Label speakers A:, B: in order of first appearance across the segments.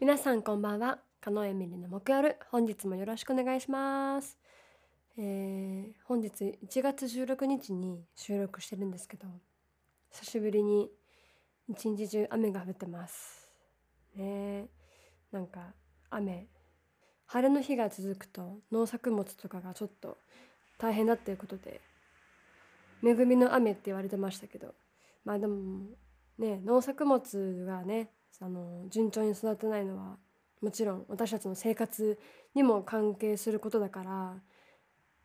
A: 皆さんこんばんはカノエミリの木曜日本日もよろしくお願いします、えー本日1月16日に収録してるんですけど久しぶりに一日中雨が降ってますねえなんか雨晴れの日が続くと農作物とかがちょっと大変だっていうことで恵みの雨って言われてましたけどまあでもね農作物がねあの順調に育てないのはもちろん私たちの生活にも関係することだから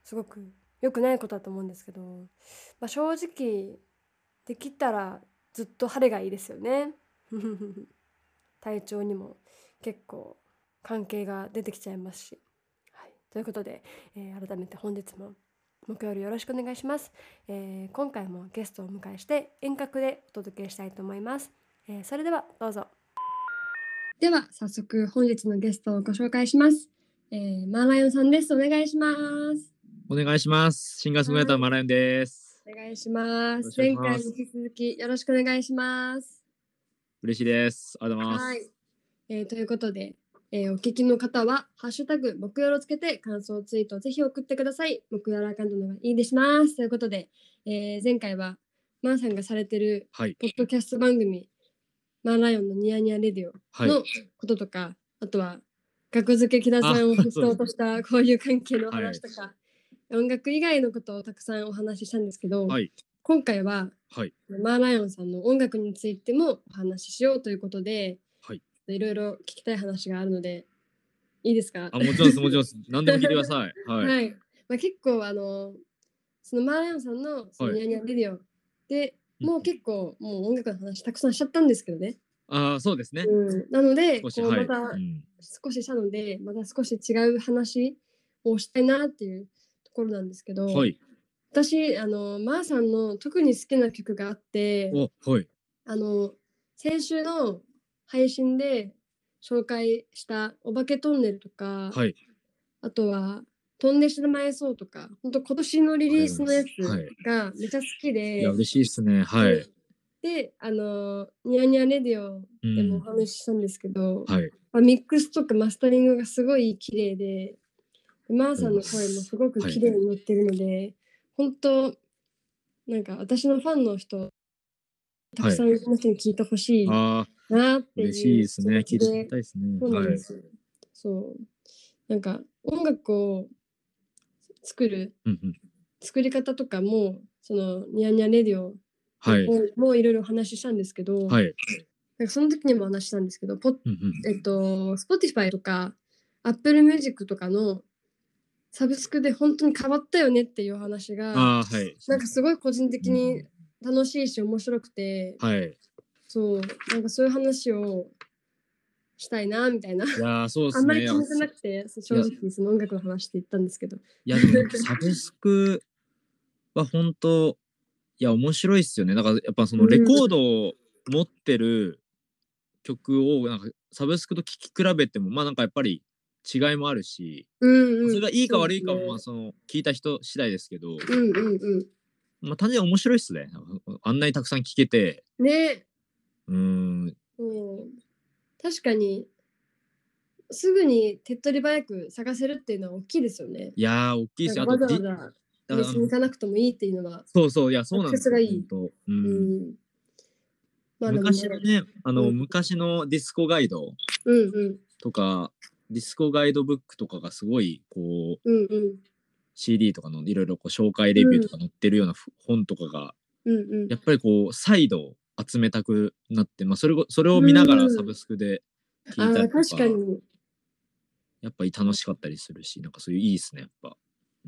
A: すごく良くないことだと思うんですけど、まあ、正直できたらずっと晴れがいいですよね 体調にも結構関係が出てきちゃいますし。はい、ということで、えー改めて本日も木曜日よろしくお願いします、えー今回もゲストをお迎えして遠隔でお届けしたいと思います、えーそれではどうぞでは早速本日のゲストをご紹介します、えー、マーライオンさんですお願いします
B: お願いします。シンガーソングライターのマライオンです。
A: お願いします
B: お願い
A: 前
B: しま
A: 回
B: す
A: に引き続きよろしくお願いします
B: 嬉しいです。ありがとうございます。
A: はい、えーということで、えーお聞きの方は「ハッシュタグ木曜をつけて感想ツイートをぜひ送ってください木曜アカウントの方がいいでしますということで、えー前回はマンさんがされてる
B: はい。
A: ポッドキャスト番組「マンライオンのニヤニヤレディオ」
B: はい。
A: のこととか、あとは学付け木田さんを
B: あ
A: 筆
B: そう
A: 頭
B: です
A: としたこういう関係のお話とか、音楽以外のことをたくさんお話ししたんですけど、
B: はい
A: 今回は、
B: はい
A: マーライオンさんの音楽についてもお話ししようということで、
B: はい、
A: ろいろ聞きたい話があるのでいいですか
B: あ、もちろんです、もちろんです。何でも聞いてくだ さい。はい。
A: はいまあ、結構あのそのマーライオンさんのその
B: はい
A: ニヤニヤレディオで、
B: うん
A: もう結構もう音楽の話たくさんしちゃったんですけどね、
B: ああ、そうですね。
A: うん、なのでこ
B: 少し、
A: う
B: はい。
A: ま
B: う
A: た、
B: ん
A: 少ししたのでまた少し違う話をしたいなっていうところなんですけど、
B: はい。
A: 私あのまー、さんの特に好きな曲があって
B: お、はい。
A: あの先週の配信で紹介した「お化けトンネル」とか、
B: はい。
A: あとは「飛んでしまいそう」とか本当今年のリリースのやつ
B: はい
A: がめちゃ好き
B: い
A: で、
B: や、嬉しいですね。は
A: うん
B: い。
A: であの「ニヤニヤレディオ」
B: う
A: でもお
B: ん。
A: 話ししたんですけど、
B: はい。
A: まあ、ミックスとかマスタリングがすごい綺麗で、マーさんの声もすごく綺麗に乗ってるので、本当、なんか私のファンの人、たくさんの人に聞いてほしいな
B: ああ、
A: ーっていう
B: 嬉しいですね。聞
A: 気
B: い
A: 持
B: て
A: ち
B: みたいですね。
A: そうな
B: は
A: ん
B: い
A: で。すよ、そう。なんか音楽を作る、
B: うんうん
A: 作り方とかも、そのニヤニヤレディオ
B: はい。
A: をもういろいろお話ししたんですけど、
B: はい。
A: なんかその時にもお話ししたんですけど、ポッ
B: うんうん
A: えっと、Spotify とか Apple Music とかのサブスクで本当に変わったよねっていうお話が、
B: ああ、はい。
A: なんかすごい個人的
B: う
A: に
B: ん
A: 楽しいし面白くて、
B: はい。
A: そう、なんかそういう話をしたいな、みたいな。
B: いやー、そうで
A: あん
B: す
A: まり
B: ね。い
A: 決
B: や
A: めてなくて、そう正直その音楽の話って言ったんですけど。
B: いや、でもサブスクは本当、いや、面白いっすよね。なんか、やっぱそのレコードを持ってる曲を、なんか、サブスクと聴き比べても、まあなんかやっぱり違いもあるし、
A: うんうん。
B: それがいいか悪いかも、まあ
A: そ
B: その、聞いた人次第ですけど、
A: うですねうんうん
B: まあ単純に面白いっすね。あんなにたくさん聴けて、
A: うん。ね、
B: うーん、
A: そう。確かに、すぐに手っ取り早く探せるっていうのは大きいですよね。
B: いやー、大きいし、
A: な
B: あ
A: んかわ
B: と、
A: ざわ
B: じ
A: ざ
B: あ
A: 別に
B: の
A: 行かなくてもいいっていうのは、
B: そうそう、いや、そうなんです
A: アクセスがい
B: よ。
A: い
B: 本当う
A: うんん。まあでも、
B: 昔のね、あ
A: う
B: の、
A: ん
B: 昔のディスコガイド、
A: うんうん
B: とか、ディスコガイドブックとかがすごい、こう、
A: うんうん
B: CD とかのいろいろこう紹介レビューとか載ってるようなふ本とかが、
A: うんうん
B: やっぱりこう、再度集めたくなって、まあ、それごそれを見なが
A: う
B: ら
A: ん
B: サブスクで
A: あ
B: 聞いたり
A: ー
B: とか、
A: 確かに
B: やっぱり楽しかったりするし、なんかそういういいですね、やっぱ。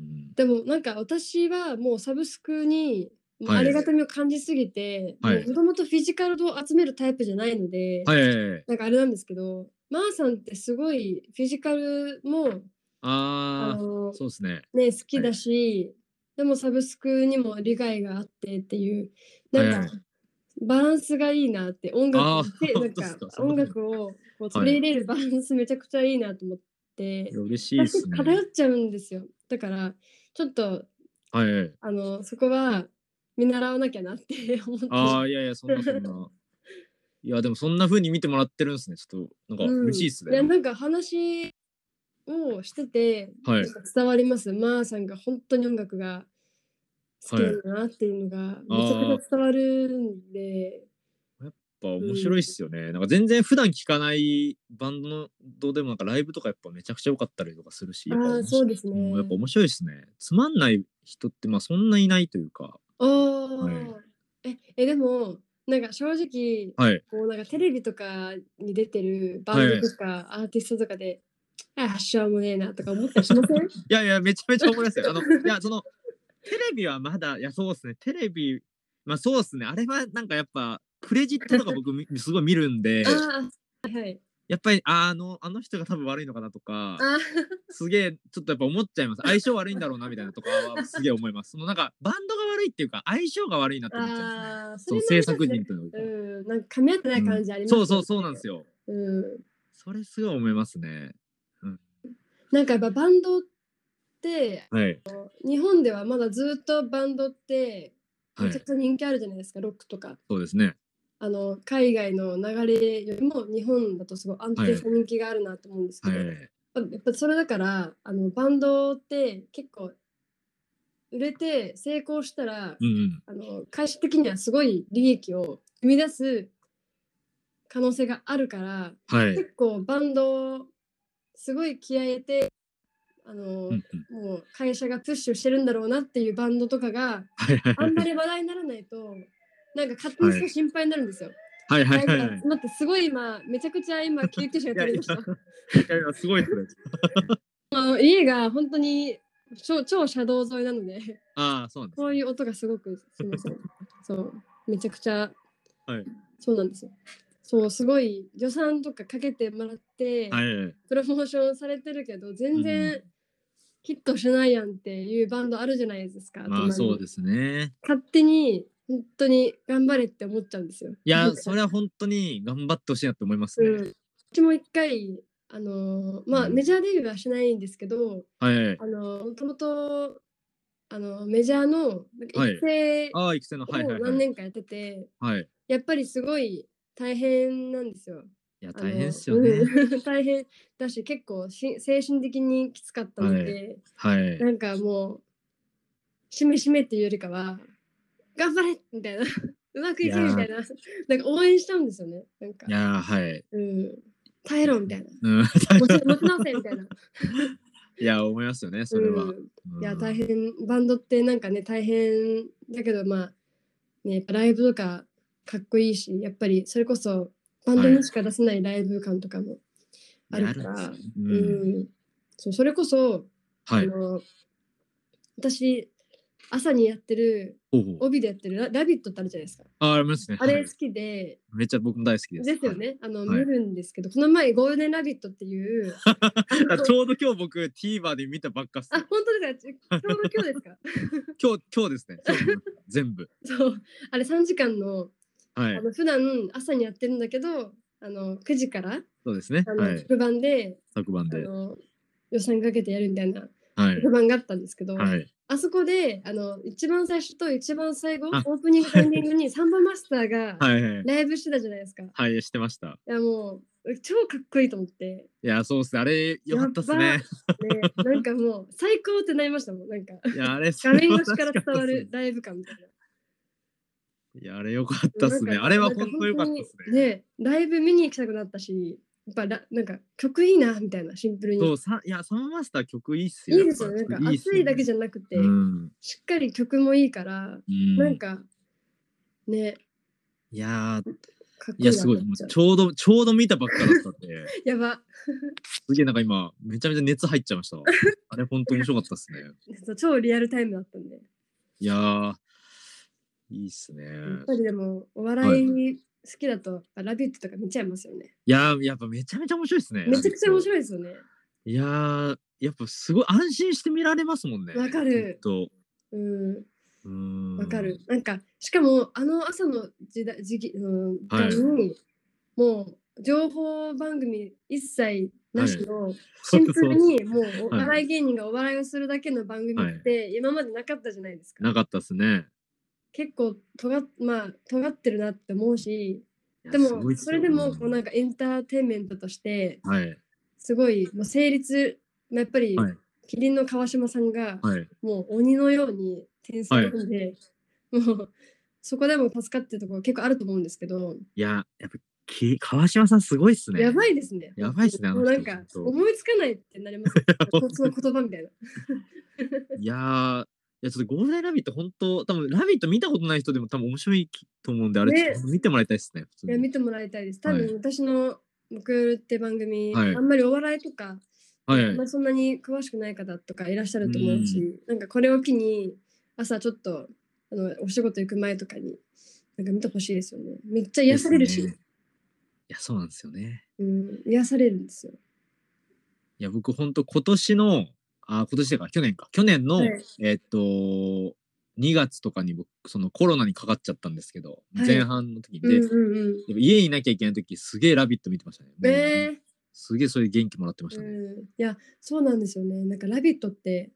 B: うん、
A: でもなんか私はもうサブスクにもう
B: はい
A: ありがたみを感じすぎて
B: はい
A: もともとフィジカルを集めるタイプじゃないので、
B: はいはいはい。
A: なんかあれなんですけどまー、さんってすごいフィジカルもあ
B: あ
A: の
B: あ、そうですね。
A: ね、好きだし、でもサブスクにも利害があってっていうなんか、
B: はいは
A: バランスがいいなって音
B: あ
A: 楽
B: ー
A: でなん
B: 本当っす
A: か
B: かそんな
A: 音
B: こと
A: 楽をこう取り入れるバランスめちゃくちゃいいなと思っ
C: って
B: いや嬉しいです
C: 私
B: ね。
C: 偏っちゃうんですよだからちょっと
B: はいはい。
C: あのそこは見習わなきゃなって思って
B: ああ、いやいや、そんなそんな。いや、でもそんな風に見てもらってるんですね。ちょっと、なんか
C: うん
B: 嬉しいです
C: い
B: ね。
C: やなんか話をしてて、
B: はい
C: なんか伝わりますまーさんが本当に音楽が好きなんだなっていうのがめちゃくちゃ伝わるんで、
B: やっぱ面白いっすよね。なんか全然普段聞かないバンドのどうでもなんかライブとかやっぱめちゃくちゃ良かったりとかするし、やっぱ
C: あー
B: 面
C: そ
B: 白い
C: うですね
B: んやっぱ面白いですね。つまんない人ってまあそんないないというか、
C: ああ、
B: はい
C: ええでもなんか正直
B: はい。
C: こうなんかテレビとかに出てるバンドとかアーティストとかで、ああ発祥もねえなとか思ったりしま せん
B: いやいや、めちゃめちゃ思いますよ。あの、いや、その、テレビはまだ、いや、そうですね。テレビ、まあそうですね。あれはなんかやっぱ、クレジットとか僕みすごい見るんで、
C: ああはいはい
B: やっぱりあの、あの人が多分悪いのかなとか、
C: あ
B: すげえ、ちょっとやっぱ思っちゃいます。相性悪いんだろうな、みたいなとかは、すげえ思います。そのなんか、バンドが悪いっていうか、相性が悪いなって思っちゃいますね。
C: あー
B: そ
C: れ
B: う、
C: も
B: 制作人というか。
C: うんなんか噛み合ってない感じあります
B: そうそうそうなんですよ。
C: う、うん、
B: それすごい思いますね。
C: なんかやっぱバンドって
B: はい。
C: 日本ではまだずっとバンドって
B: は
C: めちゃ
B: い
C: く。ちゃ人気あるじゃないですか、ロックとか
B: そうですね。
C: あの海外の流れよりも日本だとすごい安定した人気があるなと思うんですけ
B: はい
C: ど、。やっぱそれだからあのバンドって結構売れて成功したら、
B: うんうん。
C: あの会社的にはすごい利益を生み出す可能性があるから
B: はい。
C: 結構バンドすごい気合い入れてあの、
B: うんうん
C: もう会社がプッシュしてるんだろうなっていうバンドとかが
B: はいはい
C: あんまり話題にならないとなんか勝手にすごい心配になるんですよ。
B: はいはいはい
C: な
B: は
C: ん
B: い
C: か。待ってすごい今めちゃくちゃ今救急車が取りました。
B: いやいや、すごいですね。
C: あの家が本当に超超車道沿いなので
B: ああ、そうなんです
C: こういう音がすごくすみま せんそうめちゃくちゃ、
B: はい
C: そうなんですよそうすごい予算とかかけてもらって、
B: ね。はいはいはい。
C: プロモーションされてるけど全
B: う
C: 然ヒットしないやんっていうバンドあるじゃないですか、
B: まあそうですすね。
C: 勝手に本当に頑張れって思っちゃうんですよ
B: いや、それは本当に頑張ってほしいなって思います
C: うん、
B: ね。
C: うちも一回あのーまあ
B: うん
C: メジャーデビューはしないんですけど、
B: はいはい。
C: あのもともとあのメジャーのなんか
B: はい
C: 育成を
B: ああ、育成の。はいはいは
C: 何
B: い。
C: 年かやってて、
B: はい。
C: やっぱりすごい大変なんですよ。
B: いや、
C: あの
B: 大変ですよね。
C: うん 大変だし結構し精神的にきつかったので、
B: はい。
C: なんかもうしめしめっていうよりかは頑張れみたいな うまくいくみたいななんか応援しちゃうんですよね。なんか
B: いやー、はい。
C: うん、耐えろみたいな。
B: うん、
C: 持ち持ち直せみたいな。
B: いや、思いますよね、それは。
C: う
B: うんん
C: いや大変バンドってなんかね大変だけどまあねやっぱライブとかかっこいいしやっぱりそれこそバンドにしか出せないライブ感とかもあるから、
B: いやあるんですよ
C: う
B: うんん。
C: そうそれこそ、
B: は
C: あ
B: い。
C: の私朝にやってる
B: ほうほう
C: 帯でやってるラ「ラビット!」ってあるじゃないですか
B: あ、ありますね。
C: あ
B: は
C: れ
B: い
C: 好きで、
B: めっちゃ僕も大好きです。
C: ですよねあの、
B: はい
C: 見るんですけどこの前「ゴールデンラビット!」って いうあ
B: はい。あちょうど今日僕 TVer で見たばっかっす。
C: 本当ですかちょうど今日です か
B: 今日、今日ですね。今日全部。
C: そうあれ3時間の
B: は
C: あ
B: い。
C: の普段朝にやってるんだけどあの9時から
B: そうですね。
C: あの
B: はい。
C: 特番で、
B: 昨晩で
C: あ。の予算かけてやるみたいな
B: はい
C: 特。番があったんですけど、
B: はい。
C: あそこであの一番最初と一番最後オ
B: あ
C: ープニングとエンディング にサンボマスターが
B: はいはい。
C: ライブしてたじゃないですか。い
B: はい、してました。
C: やもう超かっこいいと思って、
B: いや、そうっすね。あれ、よかったっすね。
C: ね、 なんかもう最高ってなりましたもんなんか
B: いや、あれ、
C: 画面越しから伝
B: それは
C: わ
B: 確かに
C: るライブ感みたいな。
B: いや、あれよかったっすね。
C: なんか
B: あれは本当よかったっすね。
C: ねライブ見に行きたくなったしやっぱラなんか曲いいなみたいなシンプルに。
B: そう、さいや、サマーマスター曲いいっすよ。
C: いいですよね。なんか暑いだけじ
B: ゃ
C: ゃなくて、
B: うん。
C: しっかり曲もいいから、
B: うん
C: なんかね、
B: いやー、
C: かっこ
B: い
C: いい
B: や、
C: な
B: す
C: と
B: ご
C: 思
B: い。
C: っ
B: もう
C: ちゃう
B: ちょうど、ちょうど見たばっかだったんで、
C: やば。
B: すげえなんか今、めちゃめちゃ熱入っちゃいました。あれ、本当面白かったっすね。
C: そう 超リアルタイムだったんで。
B: いやー、いいっすね。
C: やっぱりでも、お笑い好きだと、やっぱラビットとか見ちゃいますよね。
B: いやー、やっぱめちゃめちゃ面白いっすね。
C: めちゃくちゃ面
B: い。
C: 白いですよね。
B: いやー、やっぱすごい安心して見られますもんね。
C: わかる
B: ずっと。
C: うん、
B: うーん。
C: わか る。。なんか、しかも、あの朝の時代、時期、うん、
B: はい
C: 時間に、もう、情報番組一切なしのシンプルにもうお
B: はい
C: 笑い芸人がお笑いをするだけの番組って今までなかったじゃないですか。
B: なかったっすね。
C: 結構尖っまあ尖ってるなって思うし、
B: いや
C: ですも
B: ごいっす
C: それ
B: よ
C: でもこうなんかエンターテインメントとして
B: はい
C: すごいもう成立、まあ、やっぱり
B: はい
C: キリンの川島さんが
B: はい
C: もう鬼のように天才なんで、もうそこでも助かってるところ結構あると思うんですけど、
B: いややっぱき川島さんすごいっすね。
C: やばいですね。
B: やばいっすねあ
C: も
B: の
C: うな
B: 人
C: んか
B: 本当
C: 思いつかないってなります、ね。 その言葉みたいな。
B: いやー、いやちょっとゴールデンラビット、本当多分ラビット見たことない人でも多分面白いきと思うんで、あれ、
C: ね
B: ちょっと見てもらいたいですね。普通
C: い
B: に
C: や見てもらいたいです。多
B: はい
C: 分私の木曜日って番組、
B: はい
C: あんまりお笑いとか、
B: はい、
C: まあ、そんなに詳しくない方とかいらっしゃると思うし、なんかこれを機に朝ちょっとあのお仕事行く前とかになんか見てほしいですよね。めっちゃ癒されるし、
B: ですねいや、そうなんですよね。
C: うん、癒されるんですよ。
B: いや、僕、本当今年の、あ、今年だから、去年か。去年の、
C: はい
B: えーっと、2月とかに僕、そのコロナにかかっちゃったんですけど、
C: はい
B: 前半の時
C: うん
B: で、
C: う
B: やっぱ
C: んうん。
B: 家にいなきゃいけない時、すげえラビット見てましたね。もう
C: え
B: すげえそれ元気もらってまし
C: ー
B: た
C: う
B: ね。
C: ん、いやそうなんですよね。なんか「ラビット!」って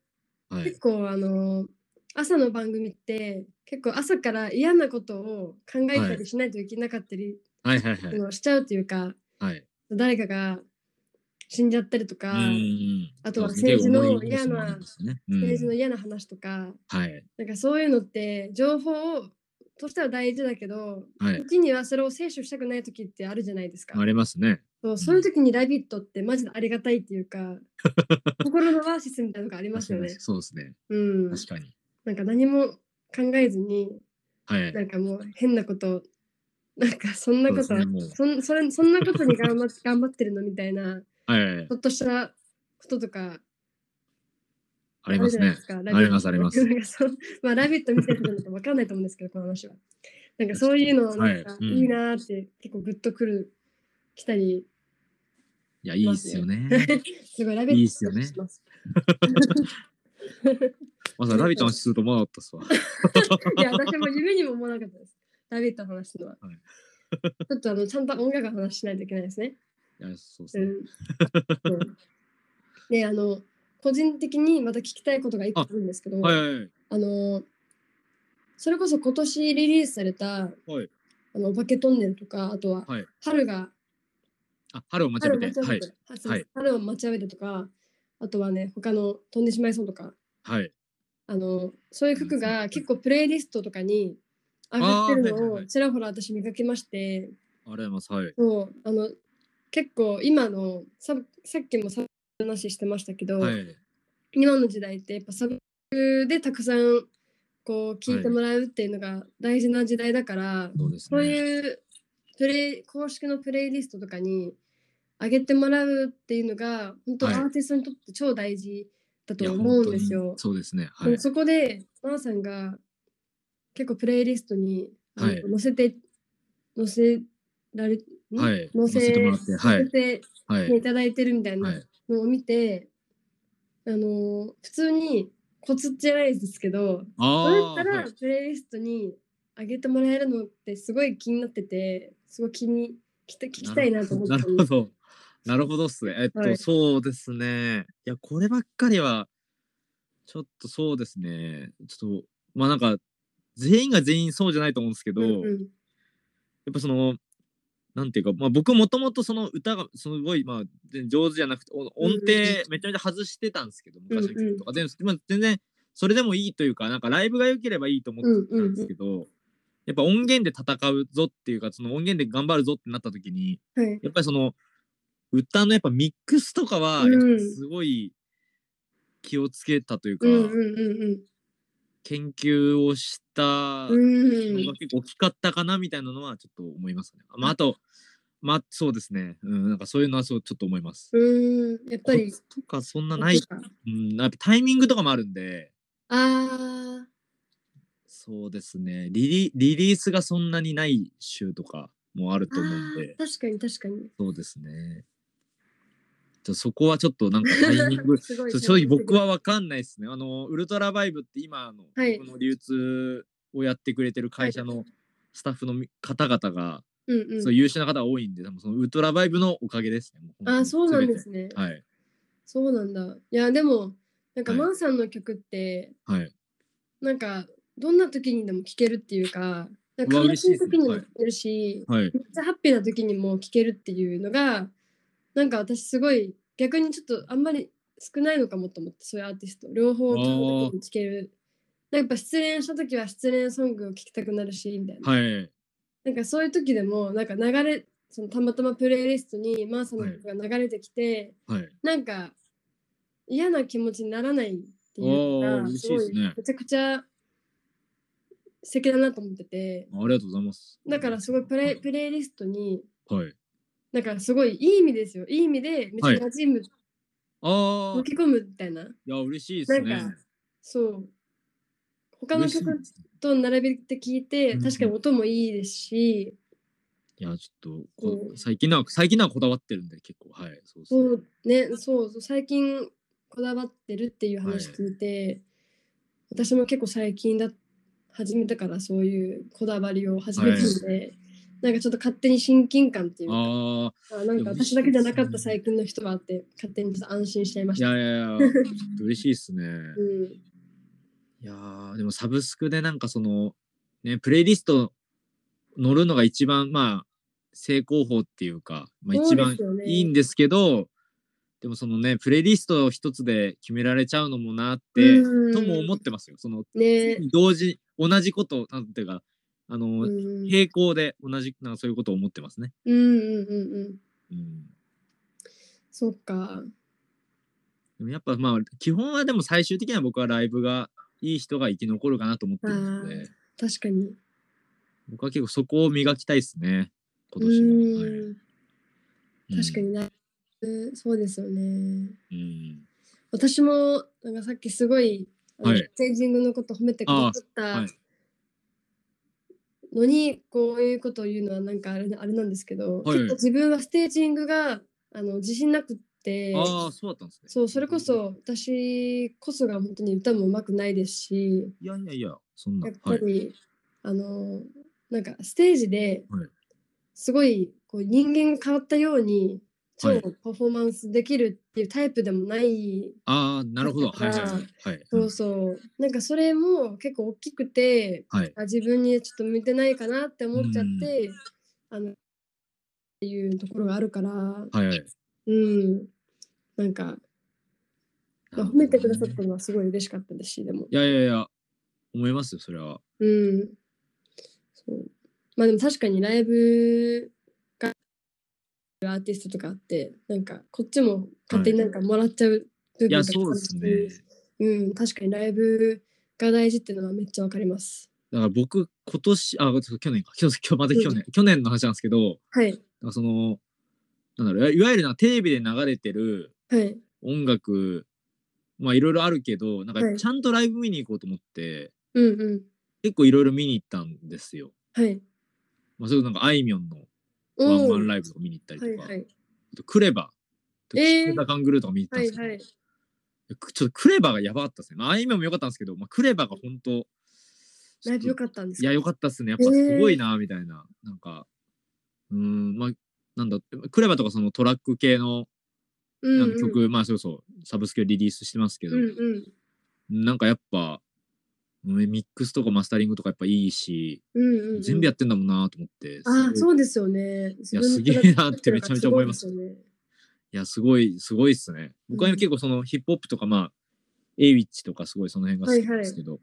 B: はい
C: 結。構あの朝の番組って結構朝から嫌なことを考えたりしないといけなかったり、
B: はいはいはい
C: あ。のしちゃうというか
B: はい。
C: 誰かが死んじゃったりとか、
B: うん
C: あとは
B: そうで
C: 政治
B: すね
C: の
B: 重いニュースも
C: 嫌な
B: ありますねうん
C: 政治の嫌な話とか
B: はい。
C: なんかそういうのって情報をとしては大事だけど、
B: はい。
C: 時にはそれを摂取したくない時ってあるじゃないですか。
B: ありますね。
C: そうそういう時に「ラビット!」ってマジでありがたいっていう か心のオアシスみたいなのがありますよね。
B: そうですね。
C: うん、
B: 確かに。
C: なんか何も考えずに
B: はい。
C: なんかもう変なこと、なんかそんなこと、
B: そ
C: そ,、
B: うですねもうん
C: それそんなことに頑張っ 頑張ってるのみたいな、
B: はい。
C: ちょっとしたこととか
B: ありますね。
C: あるじゃ
B: あ
C: ない
B: り
C: で
B: ます、あります
C: か。。なんかそうまあ、ラビット見てるのと分かんないと思うんですけど、この話は。なんかそういうの、なんか
B: はいうん
C: いいなーって、結構グッとくる、来たり、
B: いや、いいっすよね。
C: すごいラビット
B: いいっすよね
C: します。
B: まさかラビットの話すると思わなかったっすわ。
C: いや、私も夢にも思わなかった です。ラビットの話すのは。
B: はい
C: ちょっとあのちゃんと音楽の話しないといけないですね。
B: いや、そう です
C: う
B: ね。
C: んそうであの個人的にまた聞きたいことが一個あるんですけどあ,、
B: はいはいはい。
C: のそれこそ今年リリースされた「
B: はい
C: あのお化けトンネル」とかあとは、
B: はい
C: 春が
B: あ、春を待ち
C: 春を
B: わび
C: 待ち
B: て。
C: わ
B: は
C: び
B: い
C: て。あそう
B: はい
C: 春を待ちわびてとかあとはね他の「飛んでしまいそう」とか
B: はい。
C: あのそういう服
B: う
C: が
B: ん
C: 結構プレイリストとかに上がってる
B: あーはい
C: の
B: はいは
C: を
B: い
C: ちらほら私見かけまして
B: ありがとうございます。はい。
C: そうあの結構今のささっきもさ話してましたけど、
B: はい。
C: 今の時代ってやっぱサブでたくさんこう聞いてもらうっていうのが大事な時代だから、
B: そうです
C: そう
B: ね。
C: いうプレイ公式のプレイリストとかに上げてもらうっていうのが本当ア
B: は
C: ー
B: い
C: ティストにとって超大事だ
B: い
C: と
B: や
C: 思うんですよ
B: 本当に。そうですね。
C: で
B: はい
C: も。そこでマーさんが結構プレイリストに、あの
B: はい
C: 載せて載せられ、ん
B: はい
C: 載せ
B: 載せてもらってはい
C: 載せて
B: はい
C: ねい。ただいてるみたいな、
B: はい。
C: のを見て、あのー普通にコツじゃないですけどどうや
B: あ
C: っ
B: あ
C: た
B: ー、は
C: ら
B: い
C: プレイリストに上げてもらえるのってすごい気になっててすごい気にきた聞きたいなと思って
B: なるほど。なるほどっすね。えっと、
C: はい
B: そうですね。いや、こればっかりは、ちょっとそうですね。ちょっと、まあなんか、全員が全員そうじゃないと思うんですけど、
C: うん
B: や
C: うん
B: っぱその、なんていうか、まあ僕もともとその歌がすごい、まあ全然上手じゃなくて、お音程めちゃめちゃ外してたんですけど、昔の曲とか。で、まあ全然、それでもいいというか、なんかライブが良ければいいと思ってたんですけど、やっぱ音源で戦うぞっていうか、その音源で頑張るぞってなった時に、
C: はい
B: やっぱりその歌のやっぱミックスとかは
C: うん
B: やっぱすごい気をつけたというか、
C: うんうんうん
B: 研究をした
C: うんうん
B: のが結構大きかったかなみたいなのはちょっと思いますね。まああとまあそうですね、うん、なんかそういうのはそうちょっと思います。
C: うんやっぱり
B: コツとかそんなない
C: コツ、とか
B: うん、やっぱタイミングとかもあるんで
C: あ
B: そうですねリリリリースがそんなにない週とかもある
C: ー
B: と思うんで
C: あー確かに確かに
B: そうですね。ちょそこはちょっとなんかタイミン グ
C: すごい
B: そう正直僕は分かんないですね。あのウルトラバイブって今の,、
C: はい
B: 僕の流通をやってくれてる会社のスタッフのみ方々が
C: うんうん。
B: そう優秀な方が多いんで、多分そのウルトラバイブのおかげですね。も本当に
C: あ、そうなんで
B: 全
C: すね
B: て。はい。
C: そうなんだ。いや、でも、なんか、
B: はい
C: マンさんの曲って、
B: はい。
C: なんか、どんな時にでも聴けるっていうか、なん
B: う
C: か
B: わ
C: 悲
B: 嬉し
C: し
B: い
C: い
B: です
C: 時にも
B: はい
C: 聴けるし、
B: はい。
C: めっちゃハッピーな時にも聴けるっていうのが、なんか私すごい、逆にちょっとあんまり少ないのかもと思って、そういうアーティスト、両方聴く時に聴ける。なんかやっぱ失恋した時は失恋ソングを聴きたくなるし、みたいな。
B: はい。
C: なんかそういう時でも、なんか流れ、そのたまたまプレイリストにマーサの曲が流れてきて、
B: はい。
C: なんか嫌な気持ちにならないっていう
B: あー
C: のが、
B: 嬉
C: す
B: しい
C: ご
B: で
C: い
B: すね
C: めちゃくちゃ素敵だなと思ってて、
B: ありがとうございます。
C: だからすごいプレイプレイリストに、
B: はい。
C: だからすごいいい意味ですよ。いい意味で、めっちゃ馴染む、
B: ああ
C: 溶、け込むみたいな。
B: いや、嬉しいですね。
C: なんかそう。他の
B: 嬉しい
C: 曲と並べて聴いて、
B: うん
C: 確かに音もいいですし、
B: いや、ちょっとこ
C: う、ん
B: 最近なんか、最近なんかこだわってるんで、結構、はい、そうですね
C: そうね、そうそう、最近こだわってるっていう話
B: はい
C: 聞いて、私も結構最近だ始めたからそういうこだわりを始めたので、なんかちょっと勝手に親近感っていうか、
B: ああ、
C: あなんか
B: いや嬉し
C: 私
B: い
C: だけじゃなかっ
B: で
C: た
B: すね
C: 最近の人はあって、勝手にちょっと安心しちゃいま
B: い
C: した。
B: やいやいや、ちょっと嬉しいですね。
C: うん、
B: いやーでもサブスクでなんかその、ね、プレイリスト乗るのが一番、まあ、正攻法っていうか、ま
C: そ
B: あ、一
C: うで
B: 番
C: すよね
B: いいんですけど、でもそのね、プレイリスト一つで決められちゃうのもなって、
C: うん
B: とも思ってますよ。その、
C: ね、
B: 同時、同じこと、なんていうか、あの、
C: うん、うん
B: 並行で同じ、なんかそういうことを思ってますね。
C: うんうんうん、
B: うん
C: そっか。
B: でもやっぱまあ基本はでも最終的には僕はライブがいい人が生き残るかなと思ってるので
C: 確かに。
B: 僕は結構そこを磨きたいですね今年は、はい
C: うん、確かにな、うん、そうですよね。
B: うん
C: 私もなんかさっきすごいあの
B: はい
C: ステージングのこと褒めてくださった
B: あはい
C: のに、こういうことを言うのはなんかあれあれなんですけど、
B: はい
C: 結構自分はステージングがあの自信なくって
B: うんああそうだったんですね
C: そうそれこそ私こそが本当に歌もうまくないですし
B: いやいやいやそんな
C: やっぱ
B: はい
C: り、あのなんかステージで
B: はい
C: すごいこう人間が変わったように超
B: はい
C: パフォーマンスできるっていうタイプでもない
B: ああなるほど
C: だ
B: は
C: か
B: い
C: ら
B: はいはいはい
C: そうそう。なんかそれも結構大きくて、
B: はい
C: あ自分にちょっと向いてないかなって思っちゃって、あのっていうところがあるから、
B: はいはい
C: うん。なんか、まあ褒めてくださったのはすごい嬉しかったですし、でも。
B: いやいやいや思いますよそれは
C: うん。そうまあでも確かにライブがアーティストとかあって、なんかこっちも勝手になんかもらっちゃう部
B: いや
C: 分とか
B: そうですね
C: うん、確かにライブが大事っていうのはめっちゃわかります。
B: だから僕今年あそう去年か去年また去年去年の話なんですけど
C: はい。
B: なんかそのなんだろういわゆるなんかテレビで流れてる
C: はい。
B: 音楽まあいろいろあるけどなん
C: は
B: か
C: い
B: ちゃんとライブ見に行こうと思って、
C: うんうん。
B: 結構いろいろ見に行ったんですよ。
C: はい。
B: まあ、それこそなんかあいみょんの
C: お
B: ワ
C: ー
B: ンマンライブとか見に行ったりと
C: は
B: か、
C: いはい。
B: あとクレバとか、
C: えー
B: キクタカングルーとか見に行ったん
C: は
B: で
C: い
B: すけど、
C: はい。
B: くちょっとクレバがやばかったですね。まああいみょんも良かったんですけど、まあ、クレバが本当
C: ライブ良
B: か
C: かったんです
B: いや、良かったですね。やっぱすごいな、みたいな。なんか、うーん、まあ、なんだ、クレバとかそのトラック系の
C: うん
B: な
C: うん
B: んか曲、まあそうそう、サブスクでリリースしてますけど、
C: うんうん
B: なんかやっぱ、うんミックスとかマスタリングとかやっぱいいし、
C: うんうんうん。
B: 全部やってんだもんなと思って、
C: ああ、
B: すごい
C: そうですよね。い
B: やすげえなってめちゃめちゃ思います
C: よね。
B: いや、すごい、すごいっすね。僕は
C: うん
B: 結構そのヒップホップとか、まあ、エイウィッチとかすごいその辺が好きなんですけど、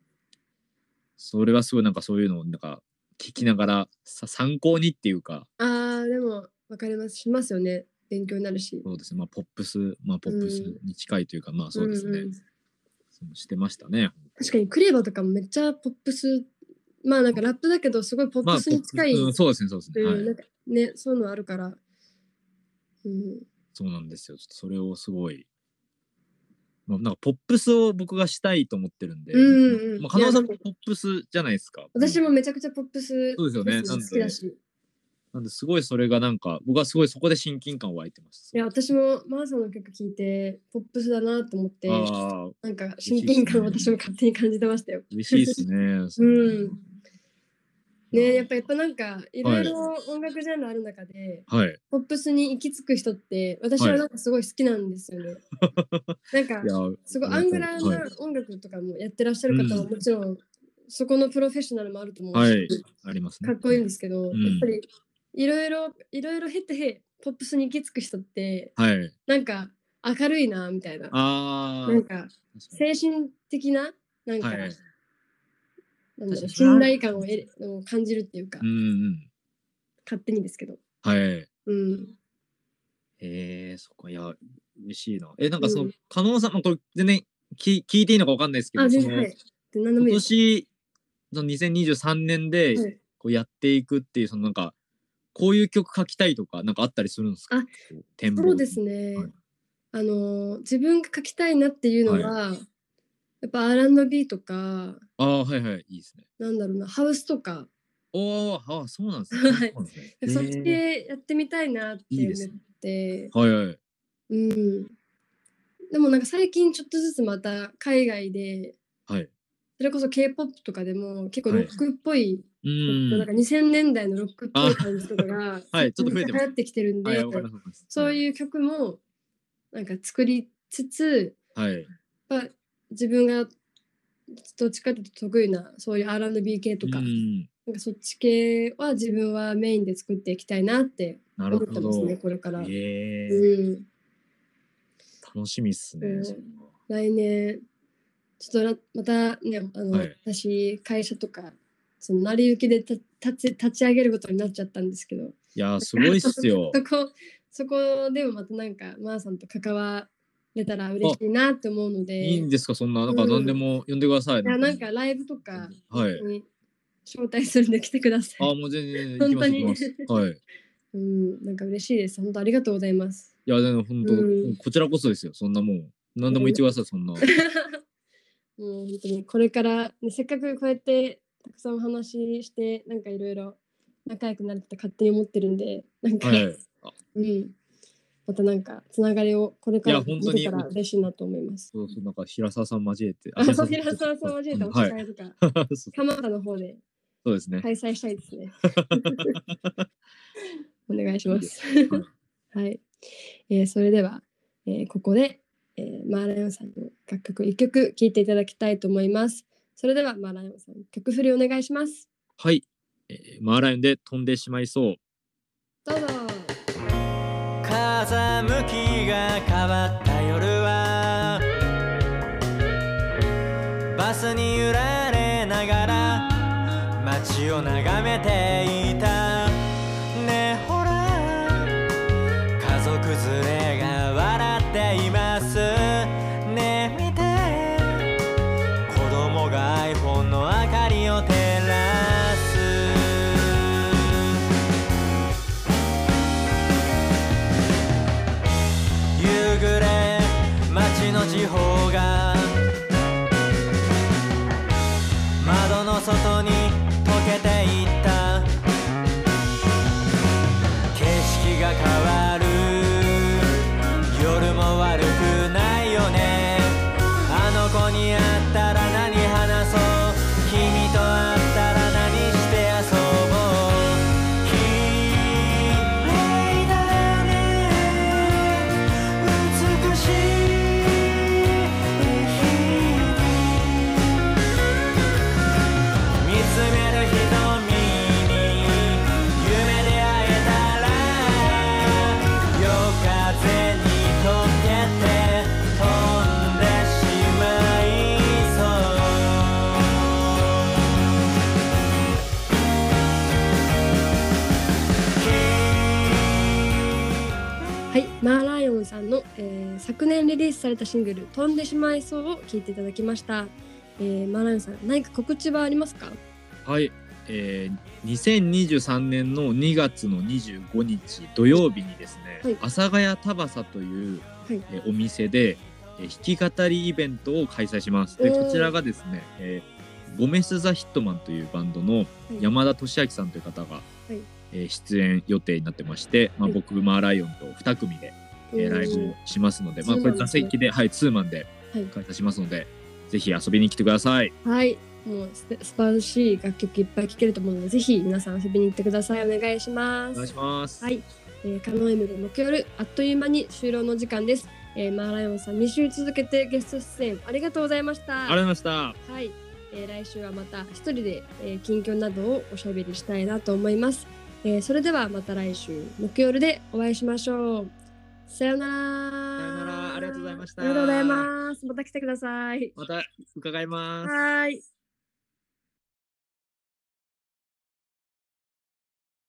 B: それはすごいなんかそういうのをなんか聞きながらさ参考にっていうか、
C: ああ、でも、わかります。しますよね。勉強になるし。
B: そうですね、まあポップス、まあポップスに近いというか、まあそうですね、
C: んん
B: そうしてましたね。
C: 確かに、クレバとかもめっちゃポップス、まあなんかラップだけど、すごいポッ
B: まあ
C: プスに近い、
B: ポップスうんそうですね、そうですね。
C: う
B: はい
C: ん、なんかね、そういうのあるから。うん。
B: そうなんですよ。ちょっとそれをすごい、まあ、なんかポップスを僕がしたいと思ってるんで、
C: うんうんうん
B: まあ、加納さん
C: い
B: も
C: や
B: ポップスじゃないですか。
C: 私もめちゃくちゃポップス
B: そうですよね
C: 好きだし。
B: なんで、すごいそれがなんか、僕はすごいそこで親近感湧いてます。
C: いや、私もマーサの曲聴いて、ポップスだなと思って、
B: ああ、
C: なんか親近感を
B: 嬉
C: 私
B: しいですね
C: も勝手に感じてましたよ。
B: 嬉しいですね。
C: うん。ねやっぱやっぱなんかいろいろ音楽ジャンルある中で、
B: はい。
C: ポップスに行き着く人って私はなんかすごい好きなんですよね。なん
B: いや
C: か、すごい
B: は
C: ア
B: い
C: ングラー
B: はい
C: な音楽とかもやってらっしゃる方はもちろんそこのプロフェッショナルもあると思う
B: は
C: し、
B: いありますね。
C: かっこいいん
B: で。
C: ですすけど、
B: ん
C: やっぱりいろいろいろいろ経てポップスに行き着く人って
B: はい。
C: なんか明るいなみたいな
B: あ
C: なん
B: あ。
C: か精神的ななんか、
B: はいはい
C: なんだろう
B: 確かに
C: 信頼感を得るを感じるっていうか、
B: うんうん。
C: 勝手にですけど、
B: はい。
C: うん、
B: えー、そこいや嬉しいな。えなんかその、
C: うん
B: 加納さんもこれ全然き聞いていいのかわかんないですけど、
C: あ全
B: そ
C: 然
B: の
C: はいで何でもい
B: 今
C: いです
B: 年その2023年で
C: はい
B: こうやっていくっていうそのなんかこういう曲書きたいとかなんかあったりするんですか？
C: あ
B: こう展望
C: そうです。ね、
B: はい
C: あのー自分が書きたいなっていうのは、やっぱ R&B とか
B: ああはいはいいいですね。
C: なんだろうなハウスとか
B: おおああそうなんですね。
C: はい
B: そうなんですね
C: そっ
B: へ
C: ち
B: ー
C: 系やってみたいなって
B: いい
C: 思
B: で
C: っ
B: すね
C: て
B: はいはい。
C: うんでもなんか最近ちょっとずつまた海外で
B: はい。
C: それこそ K-POP とかでも結構ロ
B: はい
C: ックっぽい、
B: う
C: なんか
B: ん。
C: 2000年代のロックっぽい感じとかが
B: はいちょっと増えて
C: 流
B: ます
C: 行ってきてるんで、
B: はいわかりますわかります。
C: そういう曲もなんか作りつつ
B: はい。
C: やっぱ自分がどっちかというと得意なそういう R&B 系とか,、
B: うん
C: なんかそっち系は自分はメインで作っていきたいなって
B: な
C: 思
B: る
C: っ
B: ほ
C: てます
B: ど。
C: ねこれから、
B: ええ
C: うん、
B: 楽しみっすね。
C: うん
B: それ
C: 来年ちょっとらまたねあの、
B: はい
C: 私会社とかその成り行きでた立ち立ち上げることになっちゃったんですけど
B: いやーすごいっす よ。
C: そこそこでもまたなんかまー、さんと関われたら嬉しいなって思うので
B: いいんですかそんななんか
C: うん
B: 何でも呼んでください。
C: いやなんかライブとか
B: はい。
C: に招待するんで来てください。
B: ああもう全然行きます行きます。はい。
C: うん、なんか嬉しいです。本当ありがとうございます。
B: いやでも本当、
C: うん
B: こちらこそですよそんなもう何でも言ってくださいそんな。
C: もう本当にこれから、ね、せっかくこうやってたくさんお話しして、なんかいろいろ仲良くなるって勝手に思ってるんで、なんか、
B: はい。
C: うん、またなんかつながりをこれから
B: いや
C: 見
B: 本当に
C: てたら嬉しいなと思います。
B: そうそうなんか平沢さん交えて。
C: あの平沢さんを交えたお茶
B: はい。
C: 会とか、
B: そう
C: 蒲田の方で
B: そうですね。
C: 開催したいです ね。 お願いします。
B: はい
C: はい、えーそれでは、えーここで、えーマーライオンさんの楽曲一曲聴いていただきたいと思います。それではマーライオンさん曲振りお願いします。
B: はい。えーマーライオンで飛んでしまいそう。
C: どうぞ。
D: 風向きが変わった夜はバスに揺られながら街を眺めていたねえほら家族連れが笑っていますねえ見て子供が iPhone の明かりを照らす夕暮れ街の地方が窓の外に溶けていった景色が変わる夜も悪くないよねあの子に会ったら何話そう君と会ったら何して遊ぼう綺麗だね美しい見つめる瞳に夢で会えたら夜風に溶けて飛んでしまいそう
C: はい、マーライオンさんの、えー昨年リリースされたシングル「飛んでしまいそう」を聴いていただきました。えーマーライオンさん何か告知はありますか？
B: はい、えー、2023年の2月の25日土曜日にですね、
C: はい
B: 阿佐ヶ谷タバサという、
C: はい
B: えーお店で、えー弾き語りイベントを開催します。で
C: おー
B: こちらがですね、えーゴメス・ザ・ヒットマンというバンドの山田俊明さんという方が、
C: い
B: えー出演予定になってまして、ま
C: は
B: あ、
C: い
B: 僕、マーライオンと2組で、えーライブをしますので、まあ、
C: ツー
B: こ
C: マン
B: れ座席で、はい、ツーマンで
C: はい
B: 開催しますので、ぜひ遊びに来てください。
C: はい、もうす素晴らしい楽曲いっぱい聴けると思うのでぜひ皆さん遊びに行ってくださいお願いしま
B: お
C: す
B: 願いします。
C: はいえー、カノエムで木曜日あっという間に終了の時間です、えー、マーライオンさん2週続けてゲスト出演ありがとうございました
B: ありがとうございまし
C: はい、えー来週はまた一人で、えー近況などをおしゃべりしたいなと思います、えーそれではまた来週木曜日でお会いしましょうさようなら
B: さようならありがとうございました
C: ありがとうございますまた来てください
B: た。また伺います。
C: はーい